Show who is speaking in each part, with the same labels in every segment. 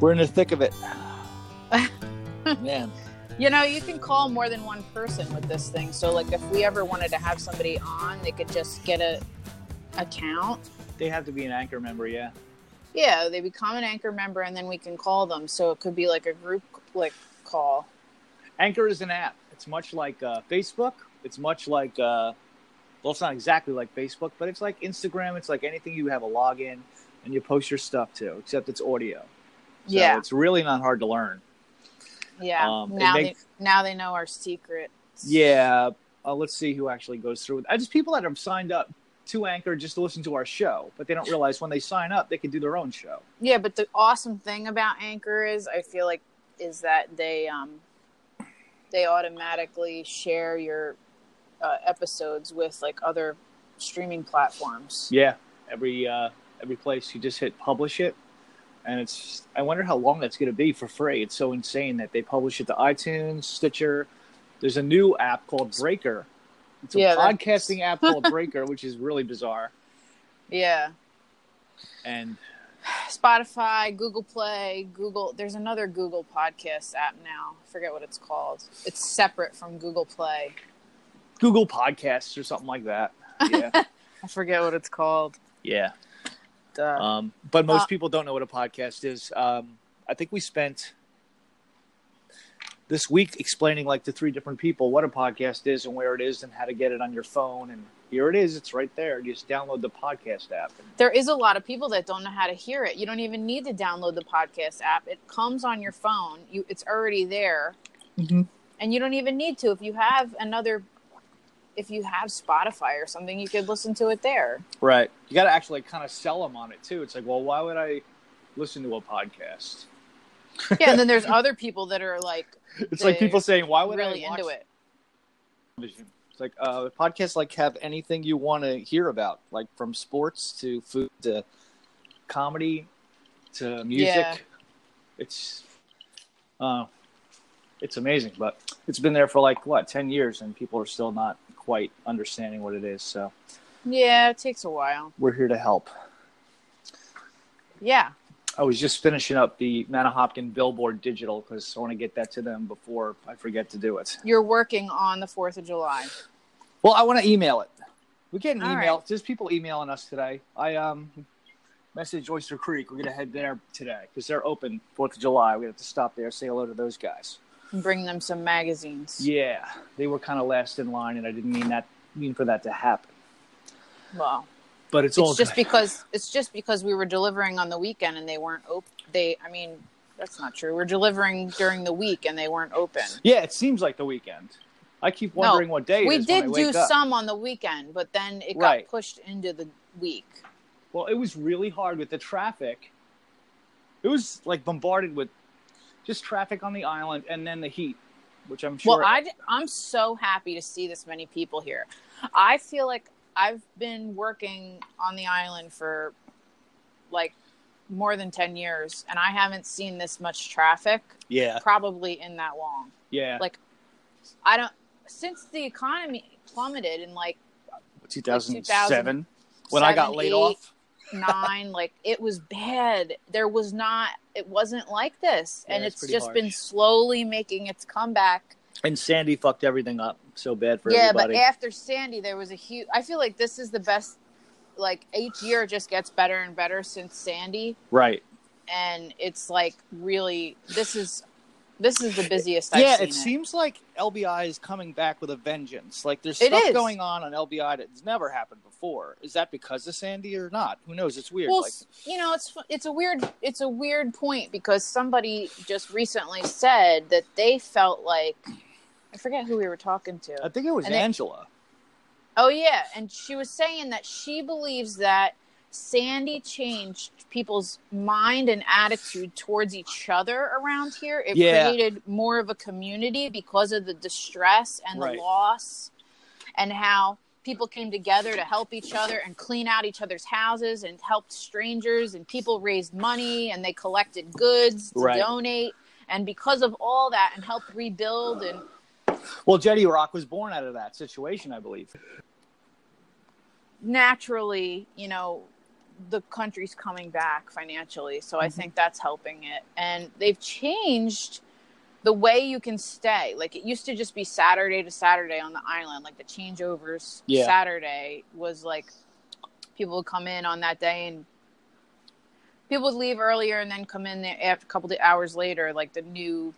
Speaker 1: We're in the thick of it. Man.
Speaker 2: You know, you can call more than one person with this thing. So, like, if we ever wanted to have somebody on, they could just get a account.
Speaker 1: They have to be an anchor member, yeah.
Speaker 2: Yeah, they become an anchor member, and then we can call them. So it could be like a group like call.
Speaker 1: Anchor is an app. It's much like uh, Facebook. It's much like, uh, well, it's not exactly like Facebook, but it's like Instagram. It's like anything you have a login and you post your stuff to, except it's audio. So
Speaker 2: yeah,
Speaker 1: it's really not hard to learn.
Speaker 2: yeah.
Speaker 1: um, it
Speaker 2: now
Speaker 1: makes-
Speaker 2: they now they know our secret.
Speaker 1: Yeah. Uh, let's see who actually goes through with I just people that have signed up to Anchor just to listen to our show, but they don't realize when they sign up, they can do their own show.
Speaker 2: Yeah, but the awesome thing about Anchor is I feel like is that they um they automatically share your uh, episodes with like other streaming platforms.
Speaker 1: Yeah. Every uh, every place you just hit publish it. And it's I wonder how long that's gonna be for free. It's so insane that they publish it to iTunes, Stitcher. There's a new app called Breaker. It's a
Speaker 2: Yeah, that-
Speaker 1: podcasting app called Breaker, which is really bizarre.
Speaker 2: Yeah.
Speaker 1: And
Speaker 2: Spotify, Google Play, Google there's another Google Podcast app now. I forget what it's called. It's separate from Google Play.
Speaker 1: Google Podcasts or something like that. Yeah.
Speaker 2: I forget what it's called.
Speaker 1: yeah.
Speaker 2: Duh.
Speaker 1: Um, but most
Speaker 2: Uh,
Speaker 1: people don't know what a podcast is. Um, I think we spent this week explaining like to three different people what a podcast is and where it is and how to get it on your phone. And here it is; it's right there. Just download the podcast app.
Speaker 2: there is a lot of people that don't know how to hear it. You don't even need to download the podcast app. It comes on your phone. You it's already there. Mm-hmm.
Speaker 1: Mhm.
Speaker 2: And you don't even need to if you have another if you have Spotify or something, you could listen to it there.
Speaker 1: Right. You got to actually kind of sell them on it too. It's like, well, why would I listen to a podcast?
Speaker 2: Yeah, and then there's other people that are like
Speaker 1: It's like people saying, why would
Speaker 2: really
Speaker 1: I watch
Speaker 2: into it.
Speaker 1: television? It's like uh, podcasts like have anything you want to hear about, like from sports to food to comedy to music.
Speaker 2: Yeah.
Speaker 1: It's uh, it's amazing, but it's been there for like what ten years, and people are still not quite understanding what it is. So
Speaker 2: Yeah, it takes a while.
Speaker 1: we're here to help.
Speaker 2: Yeah.
Speaker 1: I was just finishing up the Manahopkin Billboard Digital because I want to get that to them before I forget to do it.
Speaker 2: You're working on the 4th of July.
Speaker 1: Well, I want to email it. We get an
Speaker 2: All
Speaker 1: email. There's people emailing us today. I um messaged Oyster Creek. We're gonna head there today because they're open Fourth of July. We have to stop there, say hello to those guys.
Speaker 2: and Bring them some magazines.
Speaker 1: Yeah, they were kind of last in line, and I didn't mean that mean for that to happen.
Speaker 2: Well,
Speaker 1: But it's,
Speaker 2: it's,
Speaker 1: all
Speaker 2: just
Speaker 1: good.
Speaker 2: because it's just because we were delivering on the weekend and they weren't open. They, I mean, that's not true. We're delivering during the week and they weren't open.
Speaker 1: yeah, it seems like the weekend. I keep
Speaker 2: No,
Speaker 1: wondering what day it
Speaker 2: we
Speaker 1: is when I
Speaker 2: did do
Speaker 1: wake up.
Speaker 2: some on the weekend, but then it
Speaker 1: Right.
Speaker 2: got pushed into the week.
Speaker 1: Well, it was really hard with the traffic. It was like bombarded with just traffic on the island, and then the heat, which I'm sure.
Speaker 2: Well, I, am so happy to see this many people here. I feel like I've been working on the island for like more than 10 years and I haven't seen this much traffic
Speaker 1: yeah,
Speaker 2: probably in that long.
Speaker 1: yeah.
Speaker 2: like, I don't, since the economy plummeted in like
Speaker 1: 2007 when I got
Speaker 2: seven,
Speaker 1: laid
Speaker 2: eight,
Speaker 1: off.
Speaker 2: nine, like it was bad. There was not, it wasn't like this.
Speaker 1: Yeah,
Speaker 2: and
Speaker 1: it's
Speaker 2: it's,
Speaker 1: pretty
Speaker 2: just
Speaker 1: harsh.
Speaker 2: been slowly making its comeback.
Speaker 1: And Sandy fucked everything up so bad for
Speaker 2: yeah,
Speaker 1: everybody.
Speaker 2: but after Sandy, there was a huge. I feel like this is the best. Like each year just gets better and better since Sandy,
Speaker 1: right.
Speaker 2: and it's like really this is this is the busiest.
Speaker 1: yeah,
Speaker 2: I've
Speaker 1: it,
Speaker 2: seen
Speaker 1: seems like LBI is coming back with a vengeance. Like there's
Speaker 2: It
Speaker 1: stuff
Speaker 2: is.
Speaker 1: going on on LBI that's never happened before. Is that because of Sandy or not? Who knows? It's weird.
Speaker 2: Well,
Speaker 1: like,
Speaker 2: s- you know, it's it's a weird it's a weird point because somebody just recently said that they felt like I forget who we were talking to.
Speaker 1: I think it was
Speaker 2: and they-
Speaker 1: Angela.
Speaker 2: Oh yeah, and she was saying that she believes that Sandy changed people's mind and attitude towards each other around here. It
Speaker 1: Yeah.
Speaker 2: created more of a community because of the distress and
Speaker 1: Right.
Speaker 2: the loss and how people came together to help each other and clean out each other's houses and helped strangers and people raised money and they collected goods to
Speaker 1: Right.
Speaker 2: donate and because of all that and helped rebuild and
Speaker 1: Well, Jetty Rock was born out of that situation, I believe.
Speaker 2: naturally, you know, the country's coming back financially. So I think that's helping it. And they've changed the way you can stay. Like it used to just be Saturday to Saturday on the island. Like the changeovers
Speaker 1: Yeah.
Speaker 2: Saturday was like people would come in on that day and people would leave earlier and then come in there after a couple of hours later, like the new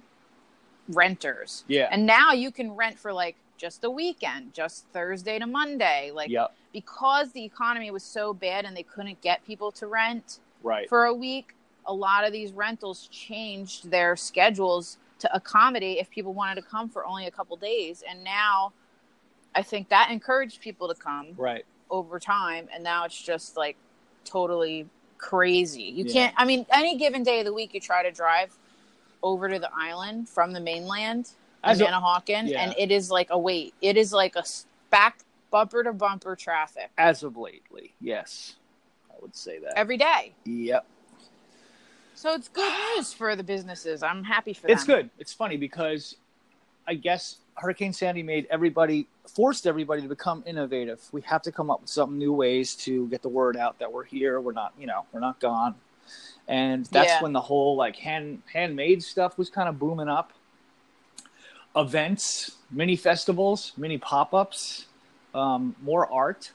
Speaker 2: renters.
Speaker 1: Yeah.
Speaker 2: And now you can rent for like just the weekend, just Thursday to Monday. Like
Speaker 1: yep.
Speaker 2: because the economy was so bad and they couldn't get people to rent
Speaker 1: Right.
Speaker 2: for a week, a lot of these rentals changed their schedules to accommodate if people wanted to come for only a couple days. And now I think that encouraged people to come
Speaker 1: right.
Speaker 2: over time. And now it's just like totally crazy. You
Speaker 1: Yeah.
Speaker 2: can't, I mean, any given day of the week, you try to drive over to the island from the mainland
Speaker 1: As a-
Speaker 2: Manahawkin,
Speaker 1: Yeah.
Speaker 2: and it is like a wait. It is like a s- back bumper to bumper traffic
Speaker 1: As of lately, yes, I would say that.
Speaker 2: every day.
Speaker 1: yep.
Speaker 2: So it's good news for the businesses. I'm happy for
Speaker 1: It's
Speaker 2: them.
Speaker 1: good. It's funny because I guess Hurricane Sandy made everybody forced everybody to become innovative. We have to come up with some new ways to get the word out that we're here. We're not, you know, we're not gone. And that's
Speaker 2: Yeah.
Speaker 1: when the whole like hand handmade stuff was kind of booming up. Events, mini festivals, mini pop ups, um, more art.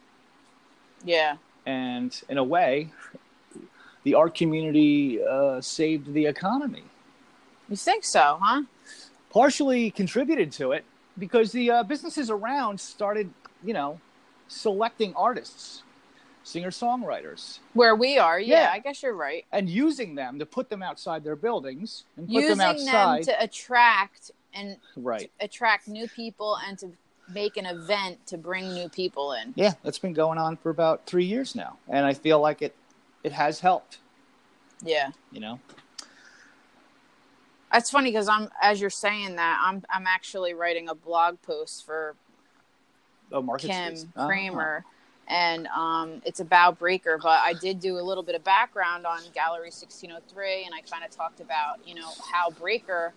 Speaker 2: Yeah.
Speaker 1: and in a way, the art community uh, saved the economy.
Speaker 2: You think so, huh?
Speaker 1: Partially contributed to it because the uh, businesses around started, you know, selecting artists, singer songwriters,
Speaker 2: Where we are. Yeah,
Speaker 1: Yeah.
Speaker 2: I guess you're right.
Speaker 1: and using them to put them outside their buildings and put
Speaker 2: Using
Speaker 1: them outside.
Speaker 2: to attract and
Speaker 1: right.
Speaker 2: attract new people and to make an event to bring new people in.
Speaker 1: Yeah, that's been going on for about three years now, and I feel like it, it has helped.
Speaker 2: Yeah.
Speaker 1: You know,
Speaker 2: That's funny because I'm as you're saying that, I'm I'm actually writing a blog post for
Speaker 1: oh, market
Speaker 2: Kim
Speaker 1: space. Ah.
Speaker 2: Kramer, and um, it's about Breaker. But I did do a little bit of background on Gallery 1603, and I kind of talked about you know how Breaker,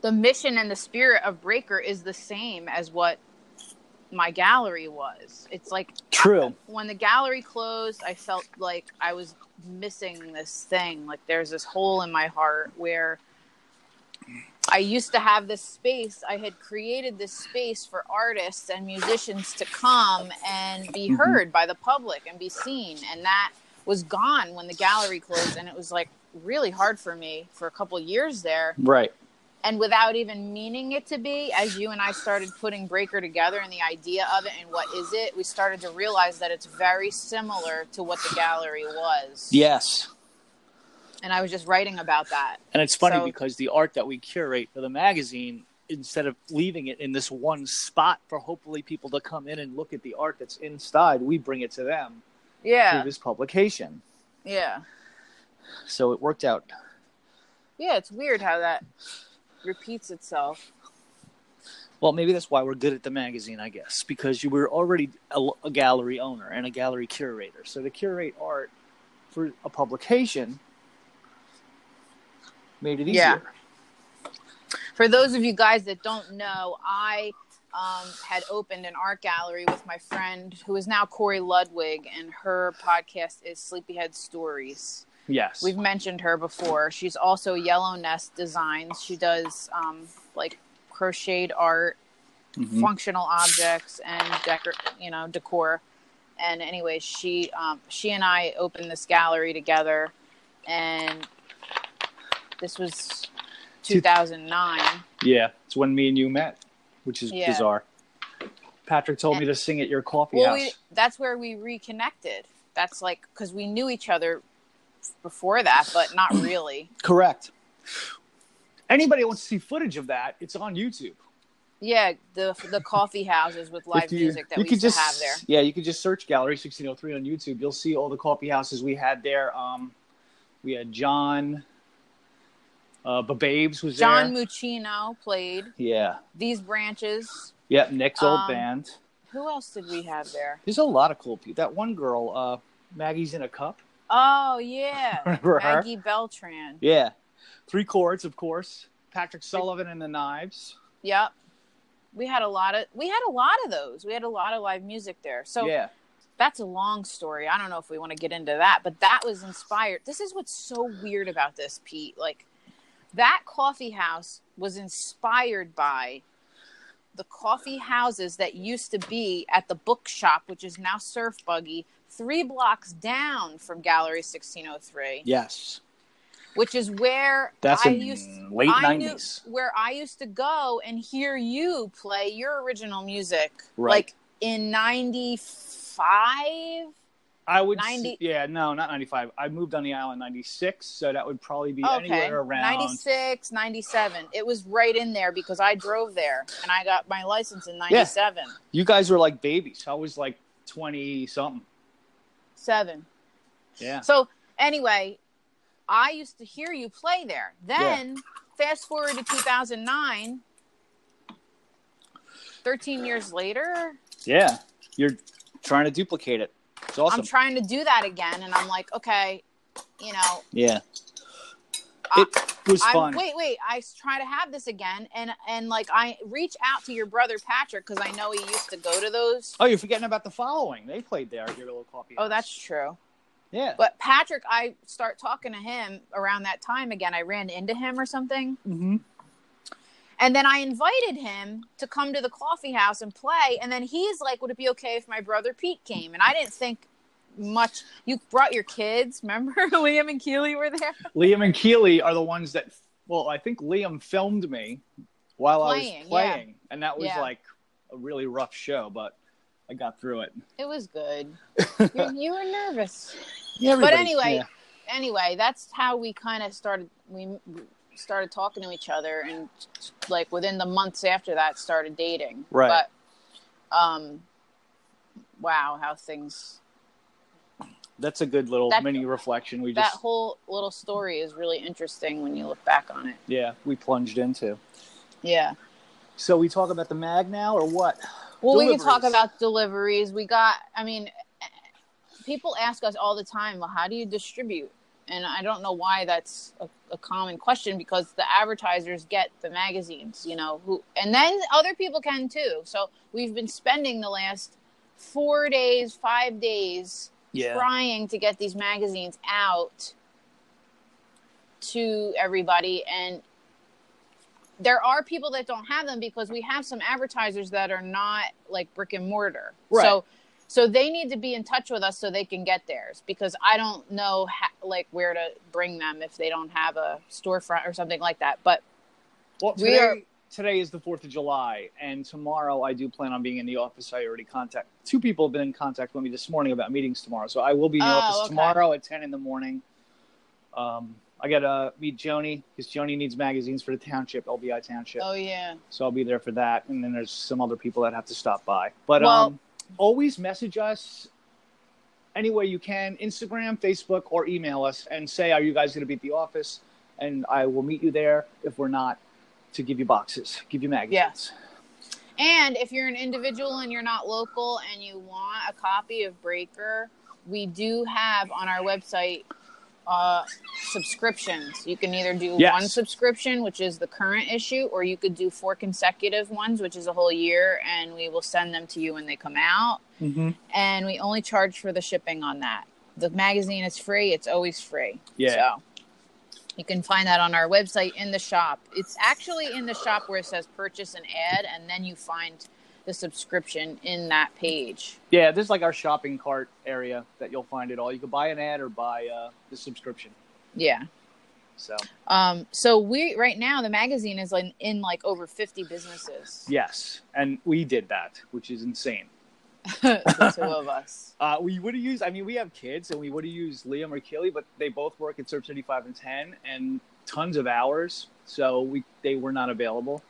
Speaker 2: the mission and the spirit of Breaker is the same as what my gallery was. It's like
Speaker 1: True.
Speaker 2: when the gallery closed, I felt like I was missing this thing. Like there's this hole in my heart where I used to have this space. I had created this space for artists and musicians to come and be
Speaker 1: Mhm.
Speaker 2: heard by the public and be seen. And that was gone when the gallery closed. And it was like really hard for me for a couple years there
Speaker 1: Right.
Speaker 2: and without even meaning it to be, as you and I started putting Breaker together and the idea of it and what is it, we started to realize that it's very similar to what the gallery was.
Speaker 1: Yes.
Speaker 2: And I was just writing about that.
Speaker 1: And it's funny
Speaker 2: So-
Speaker 1: because the art that we curate for the magazine, instead of leaving it in this one spot for hopefully people to come in and look at the art that's inside, we bring it to them through
Speaker 2: Yeah.
Speaker 1: this publication.
Speaker 2: Yeah.
Speaker 1: So it worked out.
Speaker 2: Yeah. It's weird how that repeats itself.
Speaker 1: Well, maybe that's why we're good at the magazine, I guess, because you were already a, a gallery owner and a gallery curator. So to curate art for a publication made it easier.
Speaker 2: Yeah. For those of you guys that don't know, I um, had opened an art gallery with my friend who is now Corey Ludwig, and her podcast is Sleepyhead Stories.
Speaker 1: Yes.
Speaker 2: We've mentioned her before. She's also Yellow Nest Designs. She does um, like crocheted art,
Speaker 1: Mhm.
Speaker 2: functional objects, and decor, you know, decor. And anyway, she um, she and I opened this gallery together, and this was
Speaker 1: Two-
Speaker 2: 2009.
Speaker 1: Yeah. It's when me and you met, which is
Speaker 2: Yeah.
Speaker 1: bizarre. Patrick told me to sing at your coffee
Speaker 2: Well,
Speaker 1: house.
Speaker 2: we, that's where we reconnected. That's like because we knew each other before that, but not really.
Speaker 1: Correct. Anybody wants to see footage of that, it's on YouTube.
Speaker 2: Yeah, the the coffee houses with live
Speaker 1: If you-
Speaker 2: music that
Speaker 1: you
Speaker 2: we
Speaker 1: could just,
Speaker 2: used to have there.
Speaker 1: Yeah, you could just search Gallery 1603 on YouTube. You'll see all the coffee houses we had there. Um, we had John, uh, Babes was
Speaker 2: John
Speaker 1: there.
Speaker 2: Muccino played
Speaker 1: yeah.
Speaker 2: these branches.
Speaker 1: Yep, Nick's old
Speaker 2: Um,
Speaker 1: band.
Speaker 2: Who else did we have there?
Speaker 1: There's a lot of cool people. That one girl, uh, Maggie's in a cup.
Speaker 2: Oh yeah,
Speaker 1: Remember her?
Speaker 2: Maggie Beltran.
Speaker 1: Yeah. Three chords, of course. Patrick Sullivan and the Knives.
Speaker 2: Yep. We had a lot of we had a lot of those. We had a lot of live music there. So
Speaker 1: yeah.
Speaker 2: that's a long story. I don't know if we want to get into that, but that was inspired. This is what's so weird about this, Pete. Like that coffee house was inspired by the coffee houses that used to be at the bookshop, which is now Surf Buggy, three blocks down from Gallery 1603,
Speaker 1: Yes.
Speaker 2: which is where
Speaker 1: That's
Speaker 2: I
Speaker 1: in
Speaker 2: used
Speaker 1: late
Speaker 2: I knew-
Speaker 1: 90s.
Speaker 2: where I used to go and hear you play your original music,
Speaker 1: Right.
Speaker 2: like in '95.
Speaker 1: I would.
Speaker 2: 90
Speaker 1: s- yeah, no, not 95. I moved on the island 96, so that would probably be
Speaker 2: Okay,
Speaker 1: anywhere around.
Speaker 2: '96, '97. It was right in there because I drove there and I got my license in '97.
Speaker 1: You guys were like babies. I was like 20 something.
Speaker 2: Seven.
Speaker 1: Yeah.
Speaker 2: So anyway, I used to hear you play there. Then fast forward to 2009, 13 years later,
Speaker 1: Yeah. You're trying to duplicate it. It's awesome.
Speaker 2: I'm trying to do that again and I'm like, okay, you know,
Speaker 1: yeah.
Speaker 2: I-
Speaker 1: It was
Speaker 2: I
Speaker 1: fun.
Speaker 2: wait, wait, I s- try to have this again and and like I reach out to your brother Patrick cuz I know he used to go to those.
Speaker 1: Oh, you're forgetting about the following. They played there at your little coffee.
Speaker 2: Oh,
Speaker 1: house.
Speaker 2: that's true.
Speaker 1: yeah.
Speaker 2: But Patrick, I start talking to him around that time again. I ran into him or something.
Speaker 1: Mm-hmm.
Speaker 2: And then I invited him to come to the coffee house and play. And then he's like, Would it be okay if my brother Pete came? And I didn't think much. You brought your kids. Remember Liam and Keely were there?
Speaker 1: Liam and Keely are the ones that. Well, I think Liam filmed me while I was
Speaker 2: Playing, yeah.
Speaker 1: playing, and that was
Speaker 2: Yeah.
Speaker 1: like a really rough show, but I got through it.
Speaker 2: It was good. you, you were nervous.
Speaker 1: Yeah,
Speaker 2: But
Speaker 1: everybody-
Speaker 2: anyway,
Speaker 1: yeah.
Speaker 2: anyway, that's how we kind of started. We started talking to each other, and like within the months after that, started dating.
Speaker 1: Right.
Speaker 2: But, um, wow, how things
Speaker 1: that's a good little
Speaker 2: that-
Speaker 1: mini reflection. We
Speaker 2: that
Speaker 1: just
Speaker 2: whole little story is really interesting when you look back on it.
Speaker 1: yeah we plunged into.
Speaker 2: Yeah.
Speaker 1: So we talk about the mag now, or what?
Speaker 2: Well, we can talk
Speaker 1: Deliveries.
Speaker 2: about deliveries. We got, I mean, people ask us all the time, well, how do you distribute? And I don't know why that's a, a common question because the advertisers get the magazines, you know, who, and then other people can too. So we've been spending the last four days, five days trying to get these magazines out to everybody and there are people that don't have them because we have some advertisers that are not like brick and mortar
Speaker 1: Right.
Speaker 2: so so they need to be in touch with us so they can get theirs because i don't know ha- like where to bring them if they don't have a storefront or something like that but
Speaker 1: Well,
Speaker 2: We
Speaker 1: today,
Speaker 2: are-
Speaker 1: today is the 4th of July, and tomorrow I do plan on being in the office. I already contact two people have been in contact with me this morning about meetings tomorrow. So I will be in the
Speaker 2: Oh,
Speaker 1: office
Speaker 2: okay.
Speaker 1: tomorrow at 10 in the morning. Um, I got to meet Joni because Joni needs magazines for the township, LBI township.
Speaker 2: oh yeah
Speaker 1: So I'll be there for that. And then there's some other people that have to stop by. But
Speaker 2: Well-
Speaker 1: um, always message us any way you can Instagram, Facebook, or email us and say, Are you guys going to be at the office? And I will meet you there if we're not to give you boxes, give you magazines.
Speaker 2: Yes. And if you're an individual and you're not local and you want a copy of Breaker, we do have on our website uh, subscriptions. You can either do
Speaker 1: Yes.
Speaker 2: one subscription, which is the current issue, or you could do four consecutive ones, which is a whole year, and we will send them to you when they come out.
Speaker 1: Mm-hmm.
Speaker 2: And we only charge for the shipping on that. The magazine is free, it's always free.
Speaker 1: Yeah.
Speaker 2: So you can find that on our website in the shop. It's actually in the shop where it says purchase an ad, and then you find the subscription in that page.
Speaker 1: Yeah, this is like our shopping cart area that you'll find it all. You can buy an ad or buy uh, the subscription.
Speaker 2: Yeah.
Speaker 1: So,
Speaker 2: Um, so we right now the magazine is in, in like over fifty businesses.
Speaker 1: yes. And we did that, which is insane.
Speaker 2: the two of us.
Speaker 1: Uh, we would have used. I mean, we have kids, and we would have used Liam or Keely, but they both work at Search Thirty Five and Ten, and tons of hours, so we they were not available.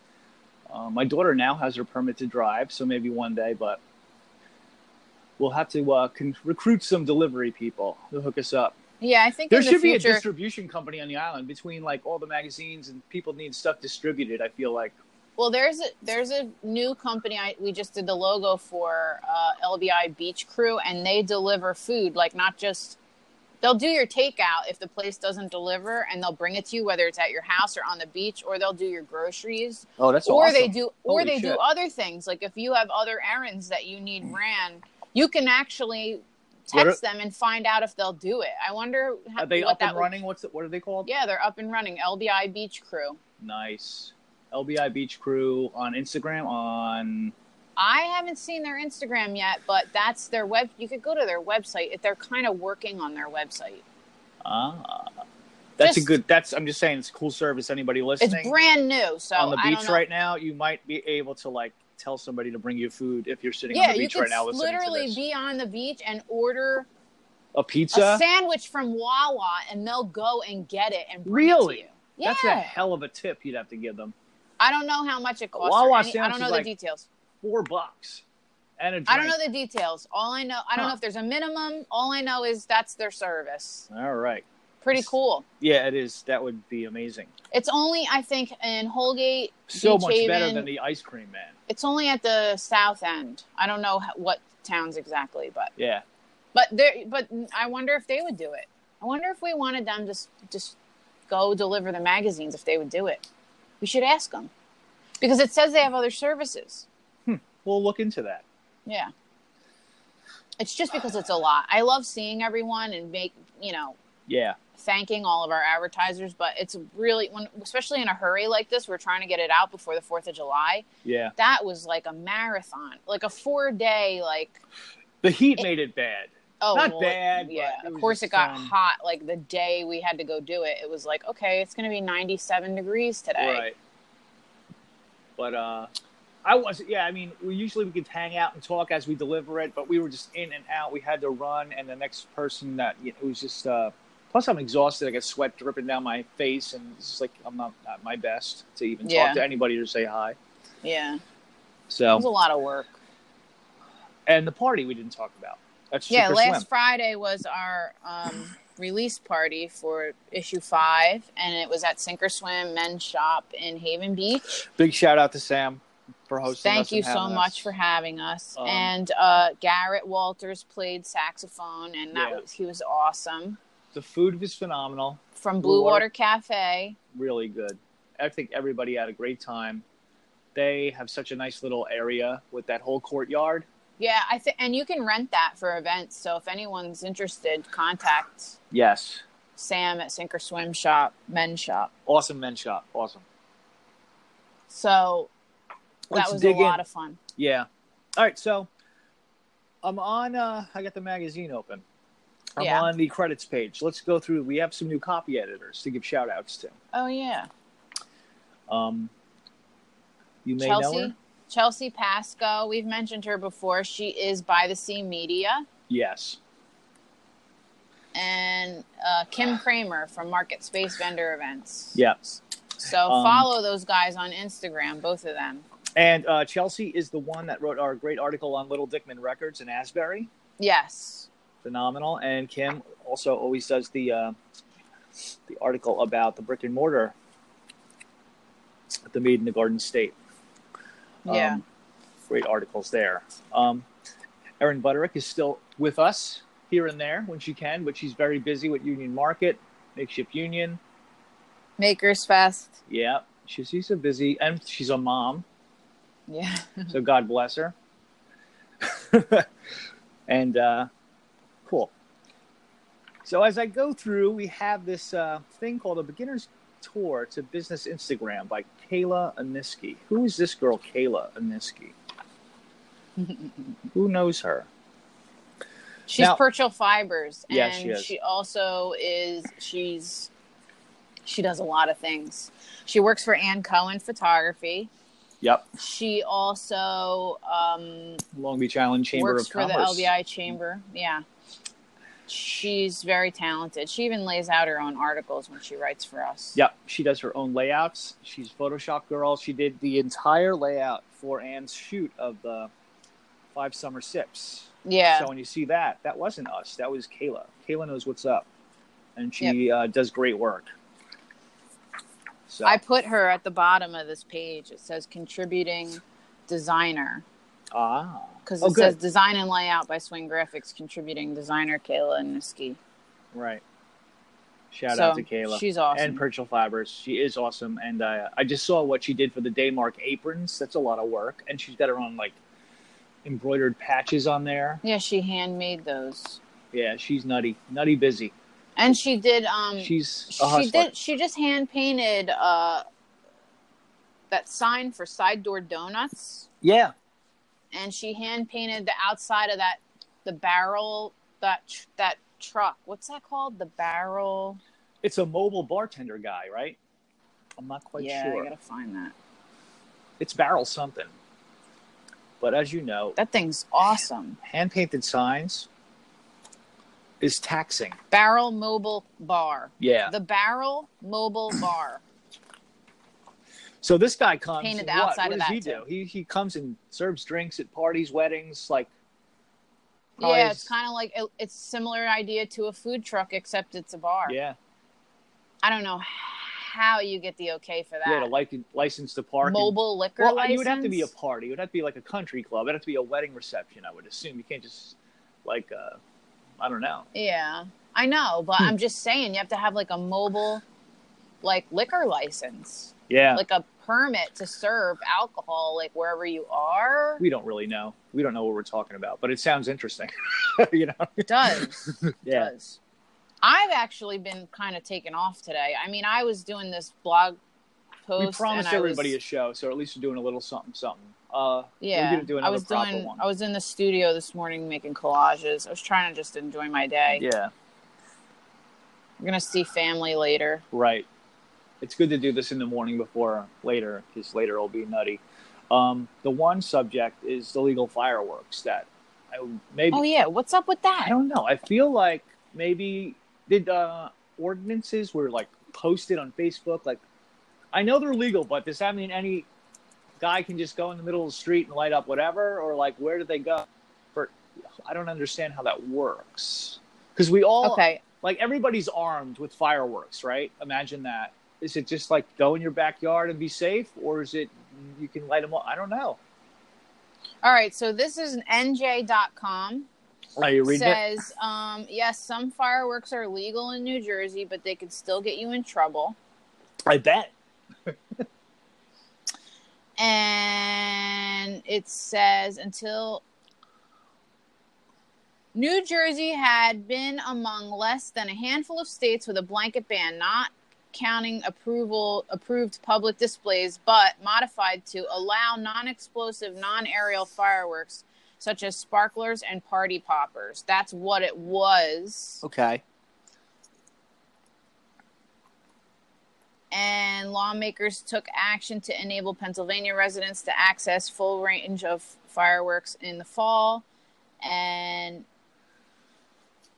Speaker 1: Uh, my daughter now has her permit to drive, so maybe one day, but we'll have to uh, con- recruit some delivery people to hook us up.
Speaker 2: Yeah, I think
Speaker 1: There
Speaker 2: in the
Speaker 1: should be a
Speaker 2: future,
Speaker 1: distribution company on the island between like all the magazines and people need stuff distributed. I feel like
Speaker 2: Well, there's a there's a new company I we just did the logo for uh, LBI Beach Crew, and they deliver food like not just they'll do your takeout if the place doesn't deliver, and they'll bring it to you whether it's at your house or on the beach, or they'll do your groceries,
Speaker 1: oh, that's
Speaker 2: or they do or
Speaker 1: Holy
Speaker 2: they do
Speaker 1: shit. Mm.
Speaker 2: other things like if you have other errands that you need ran. You can actually
Speaker 1: What are-
Speaker 2: text them and find out if they'll do it. I wonder how,
Speaker 1: Are they
Speaker 2: what
Speaker 1: up and
Speaker 2: would-
Speaker 1: running? What's it, what are they called?
Speaker 2: Yeah, they're up and running. LBI Beach Crew.
Speaker 1: Nice. LBI Beach Crew on Instagram on
Speaker 2: I haven't seen their Instagram yet, but that's their web. You could go to their website. If They're kind of working on their website.
Speaker 1: ah. That's a
Speaker 2: Just-
Speaker 1: good. That's I'm just saying it's a cool service. Anybody
Speaker 2: It's
Speaker 1: listening
Speaker 2: brand new, so
Speaker 1: on the
Speaker 2: I don't
Speaker 1: beach
Speaker 2: know.
Speaker 1: right now, you might be able to like tell somebody to bring you food if you're sitting on
Speaker 2: Yeah,
Speaker 1: the
Speaker 2: you
Speaker 1: beach
Speaker 2: could
Speaker 1: right now listening to
Speaker 2: literally
Speaker 1: this.
Speaker 2: be on the beach and order
Speaker 1: a
Speaker 2: a
Speaker 1: pizza.
Speaker 2: sandwich from Wawa, and they'll go and get it and bring
Speaker 1: Really?
Speaker 2: it to you. Yeah,
Speaker 1: That's a hell of a tip you'd have to give them.
Speaker 2: I don't know how much it costs.
Speaker 1: Wawa
Speaker 2: or any- I
Speaker 1: sandwich
Speaker 2: don't
Speaker 1: is
Speaker 2: know the
Speaker 1: like-
Speaker 2: details.
Speaker 1: Four bucks and a drink.
Speaker 2: I don't know the details. All I know, I don't
Speaker 1: Huh.
Speaker 2: know if there's a minimum. All I know is that's their service.
Speaker 1: All right.
Speaker 2: Pretty cool.
Speaker 1: Yeah, it is. That would be amazing.
Speaker 2: It's only, I think, in Holgate,
Speaker 1: So
Speaker 2: Beach
Speaker 1: much better
Speaker 2: Haven.
Speaker 1: than the ice cream man.
Speaker 2: It's only at the south end. I don't know h- what towns exactly, but
Speaker 1: Yeah.
Speaker 2: but there. But I wonder if they would do it. I wonder if we wanted them to s- just go deliver the magazines if they would do it. We should ask them because it says they have other services.
Speaker 1: We'll look into that.
Speaker 2: Yeah. It's just because it's a lot. I love seeing everyone and make you know
Speaker 1: Yeah.
Speaker 2: thanking all of our advertisers, but it's really when especially in a hurry like this, we're trying to get it out before the Fourth of July.
Speaker 1: Yeah.
Speaker 2: That was like a marathon, like a four day like
Speaker 1: The heat
Speaker 2: It-
Speaker 1: made it bad.
Speaker 2: oh
Speaker 1: Not
Speaker 2: well,
Speaker 1: bad,
Speaker 2: yeah.
Speaker 1: but it
Speaker 2: of
Speaker 1: was
Speaker 2: course, it
Speaker 1: just,
Speaker 2: got
Speaker 1: um,
Speaker 2: hot. Like the day we had to go do it, it was like okay, it's going to be ninety seven degrees today.
Speaker 1: Right. But uh I wasn't yeah, I mean we usually we could hang out and talk as we deliver it, but we were just in and out. We had to run and the next person that you know, it was just uh plus I'm exhausted, I got sweat dripping down my face and it's just like I'm not at my best to even
Speaker 2: Yeah.
Speaker 1: talk to anybody or say hi.
Speaker 2: Yeah, it was a
Speaker 1: So
Speaker 2: lot of work.
Speaker 1: and the party we didn't talk about. That's
Speaker 2: yeah,
Speaker 1: super
Speaker 2: last
Speaker 1: slim.
Speaker 2: Friday was our um, release party for issue five, and it was at Sink or Swim Men's Shop in Haven Beach.
Speaker 1: Big shout out to Sam for hosting.
Speaker 2: Thank
Speaker 1: us
Speaker 2: you
Speaker 1: and
Speaker 2: so
Speaker 1: having us.
Speaker 2: much for having us.
Speaker 1: Um,
Speaker 2: and uh, Garrett Walters played saxophone, and that
Speaker 1: Yeah.
Speaker 2: was he was awesome
Speaker 1: the food was phenomenal,
Speaker 2: from
Speaker 1: Blue
Speaker 2: Blue
Speaker 1: Water-
Speaker 2: Water, Cafe.
Speaker 1: really good. I think everybody had a great time. They have such a nice little area with that whole courtyard.
Speaker 2: Yeah, I think, and you can rent that for events. So if anyone's interested, contact
Speaker 1: Yes,
Speaker 2: Sam at Sink or Swim Shop Men's Shop.
Speaker 1: awesome men's shop, awesome.
Speaker 2: So
Speaker 1: Let's
Speaker 2: that was a
Speaker 1: dig in.
Speaker 2: lot of fun.
Speaker 1: Yeah. All right, so I'm on. Uh, I got the magazine open. I'm
Speaker 2: Yeah.
Speaker 1: on the credits page. Let's go through. We have some new copy editors to give shout outs to.
Speaker 2: Oh yeah,
Speaker 1: Um, you may know her.
Speaker 2: Chelsea Chelsea Pasco. We've mentioned her before. She is by the Sea Media.
Speaker 1: Yes.
Speaker 2: and uh, Kim Kramer from Market Space Vendor Events.
Speaker 1: Yeah.
Speaker 2: So
Speaker 1: Um,
Speaker 2: follow those guys on Instagram, both of them.
Speaker 1: And uh, Chelsea is the one that wrote our great article on Little Dickman Records in Asbury.
Speaker 2: Yes.
Speaker 1: Phenomenal. And Kim also always does the uh, the article about the brick and mortar at the Mead in the Garden State. Um,
Speaker 2: Yeah.
Speaker 1: great articles there. Um, Erin Butterick is still with us here and there when she can, but she's very busy with Union Market, Makeshift Union.
Speaker 2: Makers Fest.
Speaker 1: Yeah, she's, she's a busy, and she's a mom.
Speaker 2: Yeah.
Speaker 1: So God bless her. and uh, cool. So as I go through, we have this uh, thing called a beginner's tour to business Instagram by Kayla Aniski. Who is this girl, Kayla Aniski? Who knows her?
Speaker 2: She's
Speaker 1: Now-
Speaker 2: Perchel Fibers. And
Speaker 1: Yeah, she is.
Speaker 2: also is, she's, she does a lot of things. She works for Ann Cohen Photography.
Speaker 1: Yep,
Speaker 2: She also um,
Speaker 1: Long Beach Island Chamber
Speaker 2: works
Speaker 1: of
Speaker 2: for
Speaker 1: Commerce.
Speaker 2: the LBI chamber. Yeah. She's very talented. She even lays out her own articles when she writes for us.
Speaker 1: Yep, she does her own layouts. She's Photoshop girl. She did the entire layout for Anne's shoot of the Five Summer Sips.
Speaker 2: Yeah.
Speaker 1: So when you see that, that wasn't us. That was Kayla. Kayla knows what's up, and she uh, does great work. So
Speaker 2: I put her at the bottom of this page. It says contributing designer
Speaker 1: ah,
Speaker 2: because it
Speaker 1: oh,
Speaker 2: says
Speaker 1: good,
Speaker 2: design and layout by Swing Graphics contributing designer Kayla Niski.
Speaker 1: right. Shout
Speaker 2: So,
Speaker 1: out to Kayla
Speaker 2: She's awesome.
Speaker 1: and Perchel Fibers. She is awesome, and uh, I just saw what she did for the Daymark aprons. That's a lot of work, and she's got her own like embroidered patches on there.
Speaker 2: Yeah, she handmade those.
Speaker 1: Yeah, she's nutty, nutty busy.
Speaker 2: And she did um
Speaker 1: She's a
Speaker 2: she
Speaker 1: hustler.
Speaker 2: did she just hand painted uh that sign for side door donuts
Speaker 1: Yeah,
Speaker 2: and she hand painted the outside of that the barrel that tr- that truck. What's that called? The barrel.
Speaker 1: it's a mobile bartender guy, right? I'm not quite
Speaker 2: yeah,
Speaker 1: sure.
Speaker 2: I got to find that.
Speaker 1: It's barrel something. But as you know,
Speaker 2: That thing's awesome.
Speaker 1: hand painted signs is taxing.
Speaker 2: Barrel Mobile Bar.
Speaker 1: Yeah.
Speaker 2: The Barrel Mobile Bar.
Speaker 1: So this guy comes.
Speaker 2: Painted
Speaker 1: and
Speaker 2: the
Speaker 1: what?
Speaker 2: outside
Speaker 1: what
Speaker 2: of
Speaker 1: does
Speaker 2: that,
Speaker 1: he do? He he comes and serves drinks at parties, weddings, like.
Speaker 2: yeah, it's kind of like it, it's similar idea to a food truck, except it's a bar.
Speaker 1: Yeah,
Speaker 2: I don't know how you get the okay for
Speaker 1: yeah. To
Speaker 2: that.
Speaker 1: like license to park. and-
Speaker 2: Mobile liquor
Speaker 1: well,
Speaker 2: license.
Speaker 1: you would have to be a party. It would have to be like a country club. It'd have to be a wedding reception. I would assume you can't just like uh, I don't know.
Speaker 2: yeah, I know, but
Speaker 1: Hmm.
Speaker 2: I'm just saying you have to have like a mobile, like liquor license,
Speaker 1: Yeah,
Speaker 2: like a permit to serve alcohol, like wherever you are.
Speaker 1: we don't really know. We don't know what we're talking about, but it sounds interesting. you know.
Speaker 2: It does.
Speaker 1: Yeah.
Speaker 2: does. I've actually been kind of taken off today. I mean, I was doing this blog post.
Speaker 1: We promised
Speaker 2: and I
Speaker 1: everybody a
Speaker 2: Was,
Speaker 1: show, so at least we're doing a little something, something. Uh,
Speaker 2: yeah,
Speaker 1: we're gonna do
Speaker 2: I
Speaker 1: another
Speaker 2: was
Speaker 1: proper
Speaker 2: doing.
Speaker 1: one.
Speaker 2: I was in the studio this morning making collages. I was trying to just enjoy my day.
Speaker 1: yeah,
Speaker 2: I'm gonna see family later.
Speaker 1: right. It's good to do this in the morning before later, because later it'll be nutty. Um, the one subject is illegal fireworks that I maybe
Speaker 2: Oh yeah, what's up with
Speaker 1: I
Speaker 2: that?
Speaker 1: don't know. I feel like maybe did uh, ordinances were like posted on Facebook. Like I know they're legal, but does that mean any guy can just go in the middle of the street and light up whatever, or like where do they go? For I don't understand how that works because we all
Speaker 2: Okay,
Speaker 1: like everybody's armed with fireworks, right? Imagine that. Is it just like go in your backyard and be safe, or is it you can light them up? I don't know.
Speaker 2: all right. So this is an NJ.com.
Speaker 1: Are you reading it?
Speaker 2: says, um, yes, some fireworks are legal in New Jersey, but they can still get you in trouble.
Speaker 1: I bet.
Speaker 2: and it says until New Jersey had been among less than a handful of states with a blanket ban, not counting approval approved public displays, but modified to allow non-explosive, non-aerial fireworks such as sparklers and party poppers. That's what it was.
Speaker 1: Okay.
Speaker 2: and lawmakers took action to enable Pennsylvania residents to access full range of fireworks in the fall. And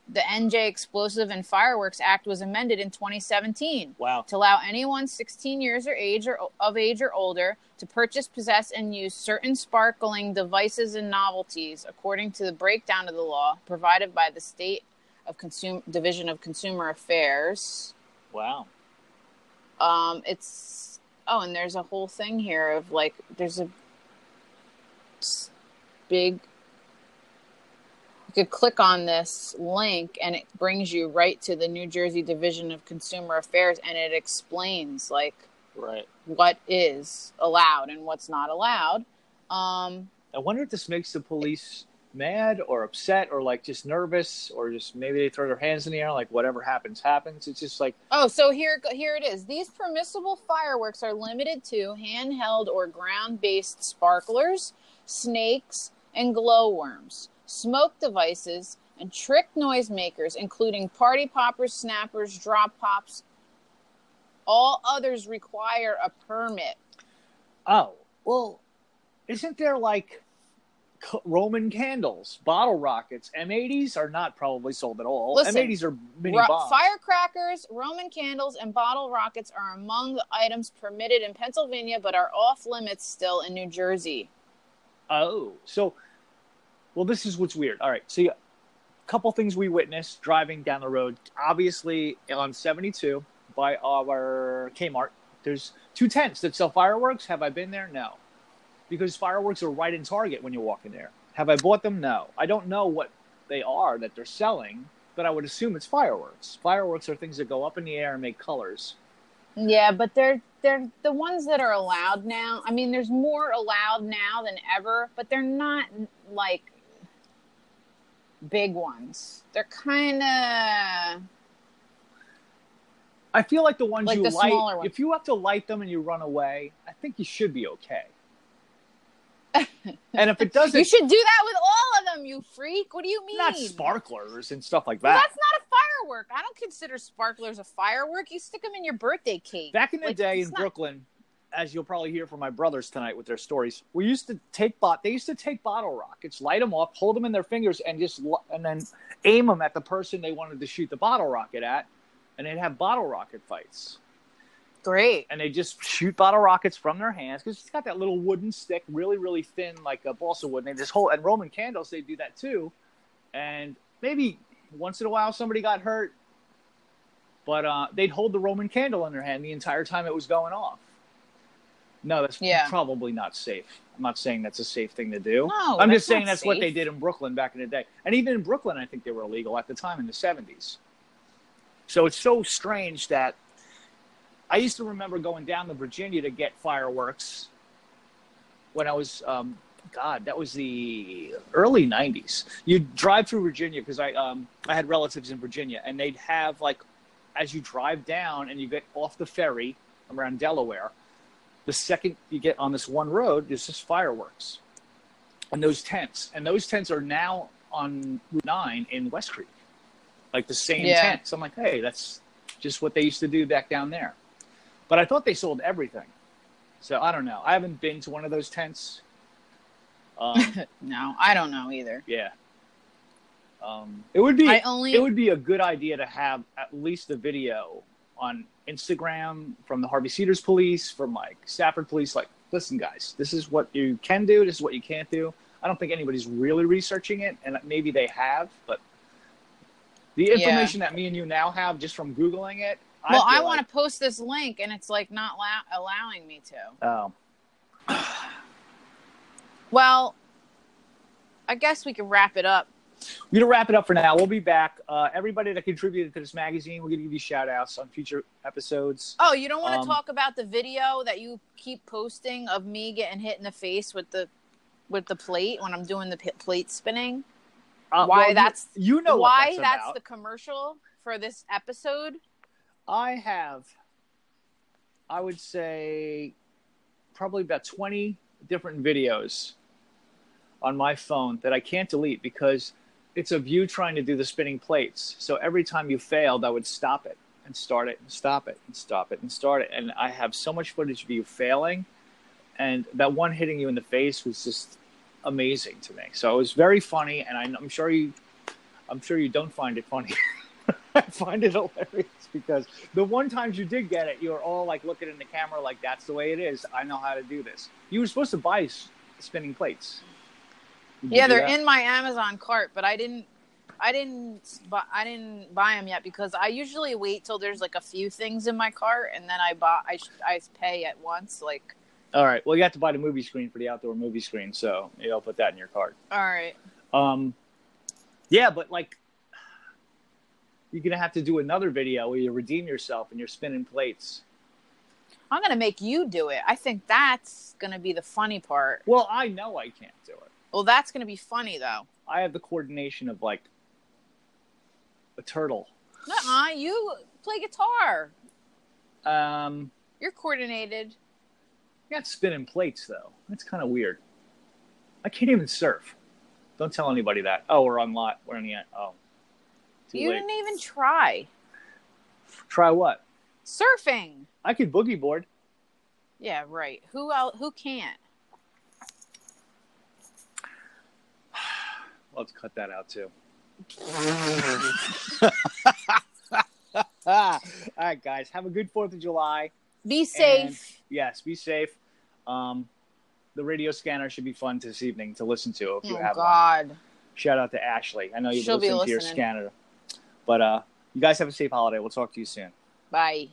Speaker 2: the NJ Explosive and Fireworks Act was amended in 2017
Speaker 1: Wow.
Speaker 2: to allow anyone 16 years or age or of age or older to purchase, possess, and use certain sparkling devices and novelties, according to the breakdown of the law provided by the state of Consum- Division of Consumer Affairs.
Speaker 1: Wow.
Speaker 2: Um, it's oh, and there's a whole thing here of like there's a s- big. You could click on this link and it brings you right to the New Jersey Division of Consumer Affairs, and it explains like
Speaker 1: Right.
Speaker 2: what is allowed and what's not allowed. Um,
Speaker 1: I wonder if this makes the police mad or upset or like just nervous or just maybe they throw their hands in the air like whatever happens happens. It's just like
Speaker 2: Oh, so here it go- here it is. These permissible fireworks are limited to handheld or ground-based sparklers, snakes, and glowworms, smoke devices, and trick noisemakers, including party poppers, snappers, drop pops. All others require a permit.
Speaker 1: oh well, isn't there like c- Roman candles, bottle rockets, M80s are not probably sold at all.
Speaker 2: Listen,
Speaker 1: M80s are mini
Speaker 2: Ro-
Speaker 1: bombs.
Speaker 2: firecrackers, Roman candles, and bottle rockets are among the items permitted in Pennsylvania, but are off limits still in New Jersey.
Speaker 1: Oh, so well, this is what's weird. All right, so yeah, a couple things we witnessed driving down the road. Obviously, on seventy-two by our Kmart, there's two tents that sell fireworks. Have I been there? No, because fireworks are right in Target when you walk in there. Have I bought them? No, I don't know what they are that they're selling, but I would assume it's fireworks. Fireworks are things that go up in the air and make colors.
Speaker 2: Yeah, but they're they're the ones that are allowed now. I mean, there's more allowed now than ever, but they're not like big ones. They're kind of
Speaker 1: I feel like the ones
Speaker 2: Like
Speaker 1: you
Speaker 2: the
Speaker 1: light,
Speaker 2: smaller ones.
Speaker 1: if you have to light them and you run away, I think you should be okay. and if it
Speaker 2: You
Speaker 1: doesn't,
Speaker 2: should do that with all of them, you freak. What do you mean?
Speaker 1: not sparklers and stuff like
Speaker 2: Well,
Speaker 1: that.
Speaker 2: that's not a firework. I don't consider sparklers a firework. You stick them in your birthday cake.
Speaker 1: Back in the
Speaker 2: Like,
Speaker 1: day
Speaker 2: it's
Speaker 1: in
Speaker 2: not-
Speaker 1: Brooklyn, as you'll probably hear from my brothers tonight with their stories, we used to take bot. They used to take bottle rockets, light them off, hold them in their fingers, and just lo- and then aim them at the person they wanted to shoot the bottle rocket at, and they'd have bottle rocket fights.
Speaker 2: Great.
Speaker 1: and they just shoot bottle rockets from their hands because it's got that little wooden stick, really, really thin, like a balsa wood. And they just hold and Roman candles, they do that too. And maybe once in a while somebody got hurt, but uh, they'd hold the Roman candle in their hand the entire time it was going off. No, that's
Speaker 2: Yeah.
Speaker 1: probably not safe. I'm not saying that's a safe thing to do.
Speaker 2: No,
Speaker 1: I'm
Speaker 2: that's
Speaker 1: just saying
Speaker 2: not
Speaker 1: that's what they
Speaker 2: safe.
Speaker 1: did in Brooklyn back in the day. And even in Brooklyn, I think they were illegal at the time in the 70s. So it's so strange that I used to remember going down to Virginia to get fireworks when I was, um, God, that was the early 90s. You'd drive through Virginia because I, um, I had relatives in Virginia, and they'd have, like, as you drive down and you get off the ferry around Delaware, the second you get on this one road, there's just fireworks and those tents. And those tents are now on Route 9 in West Creek, like the same
Speaker 2: Yeah.
Speaker 1: tents. I'm like, hey, that's just what they used to do back down there. But I thought they sold everything. So I don't know. I haven't been to one of those tents. Um,
Speaker 2: No, I don't know either.
Speaker 1: yeah. Um, it would be
Speaker 2: I only
Speaker 1: it would be a good idea to have at least a video on Instagram from the Harvey Cedars police, from like Stafford police. Like, listen, guys, this is what you can do. This is what you can't do. I don't think anybody's really researching it, and maybe they have, but the
Speaker 2: Yeah.
Speaker 1: information that me and you now have just from googling it.
Speaker 2: well, I
Speaker 1: feel
Speaker 2: want
Speaker 1: like-
Speaker 2: to post this link, and it's like not allow- allowing me to.
Speaker 1: Oh,
Speaker 2: Well, I guess we could wrap it up.
Speaker 1: we're gonna wrap it up for now. We'll be back. Uh, everybody that contributed to this magazine, we're gonna give you shout outs on future episodes.
Speaker 2: Oh, you don't want to
Speaker 1: Um,
Speaker 2: talk about the video that you keep posting of me getting hit in the face with the with the plate when I'm doing the p- plate spinning?
Speaker 1: Uh,
Speaker 2: why
Speaker 1: well, you-
Speaker 2: that's
Speaker 1: you, know what
Speaker 2: why
Speaker 1: that's,
Speaker 2: that's
Speaker 1: about.
Speaker 2: the commercial for this episode?
Speaker 1: I have, I would say, probably about 20 different videos on my phone that I can't delete because it's of you trying to do the spinning plates. So every time you failed, I would stop it and start it and stop it and stop it and start it. And I have so much footage of you failing. And that one hitting you in the face was just amazing to me. So it was very funny. And I- I'm sure you, I'm sure you don't find it funny. I find it hilarious because the one times you did get it, you were all like looking in the camera, like that's the way it is. I know how to do this. You were supposed to buy s- spinning plates. Did you
Speaker 2: yeah,
Speaker 1: do
Speaker 2: they're
Speaker 1: that?
Speaker 2: in my Amazon cart, but I didn't I didn't bu- I didn't buy them yet because I usually wait till there's like a few things in my cart and then I buy I sh- I pay at once like
Speaker 1: All right. Well, you have to buy the movie screen for the outdoor movie screen, so maybe I'll put that in your card.
Speaker 2: all right.
Speaker 1: Um, yeah, but like, you're gonna have to do another video where you redeem yourself and you're spinning plates.
Speaker 2: I'm going to make you do it. I think that's going to be the funny part.
Speaker 1: Well, I know I can't do it.
Speaker 2: Well, that's going to be funny though.
Speaker 1: I have the coordination of like a turtle.
Speaker 2: Nuh-uh, you play guitar.
Speaker 1: Um,
Speaker 2: You're coordinated.
Speaker 1: I got spinning plates though. That's kind of weird. I can't even surf. Don't tell anybody that. Oh, we're on lot. We're on the oh. Too
Speaker 2: you
Speaker 1: late.
Speaker 2: didn't even try
Speaker 1: Try what?
Speaker 2: surfing.
Speaker 1: I could boogie board.
Speaker 2: Yeah, right. Who else, who can't?
Speaker 1: I'll have to cut that out too. All right, guys. Have a good Fourth of July.
Speaker 2: Be safe.
Speaker 1: Yes, be safe. Um, the radio scanner should be fun this evening to listen to if you
Speaker 2: oh
Speaker 1: have one.
Speaker 2: God.
Speaker 1: Shout out to Ashley. I know you've
Speaker 2: She'll
Speaker 1: listened
Speaker 2: be
Speaker 1: to your
Speaker 2: listening.
Speaker 1: scanner. But uh, you guys have a safe holiday. We'll talk to you soon.
Speaker 2: Bye.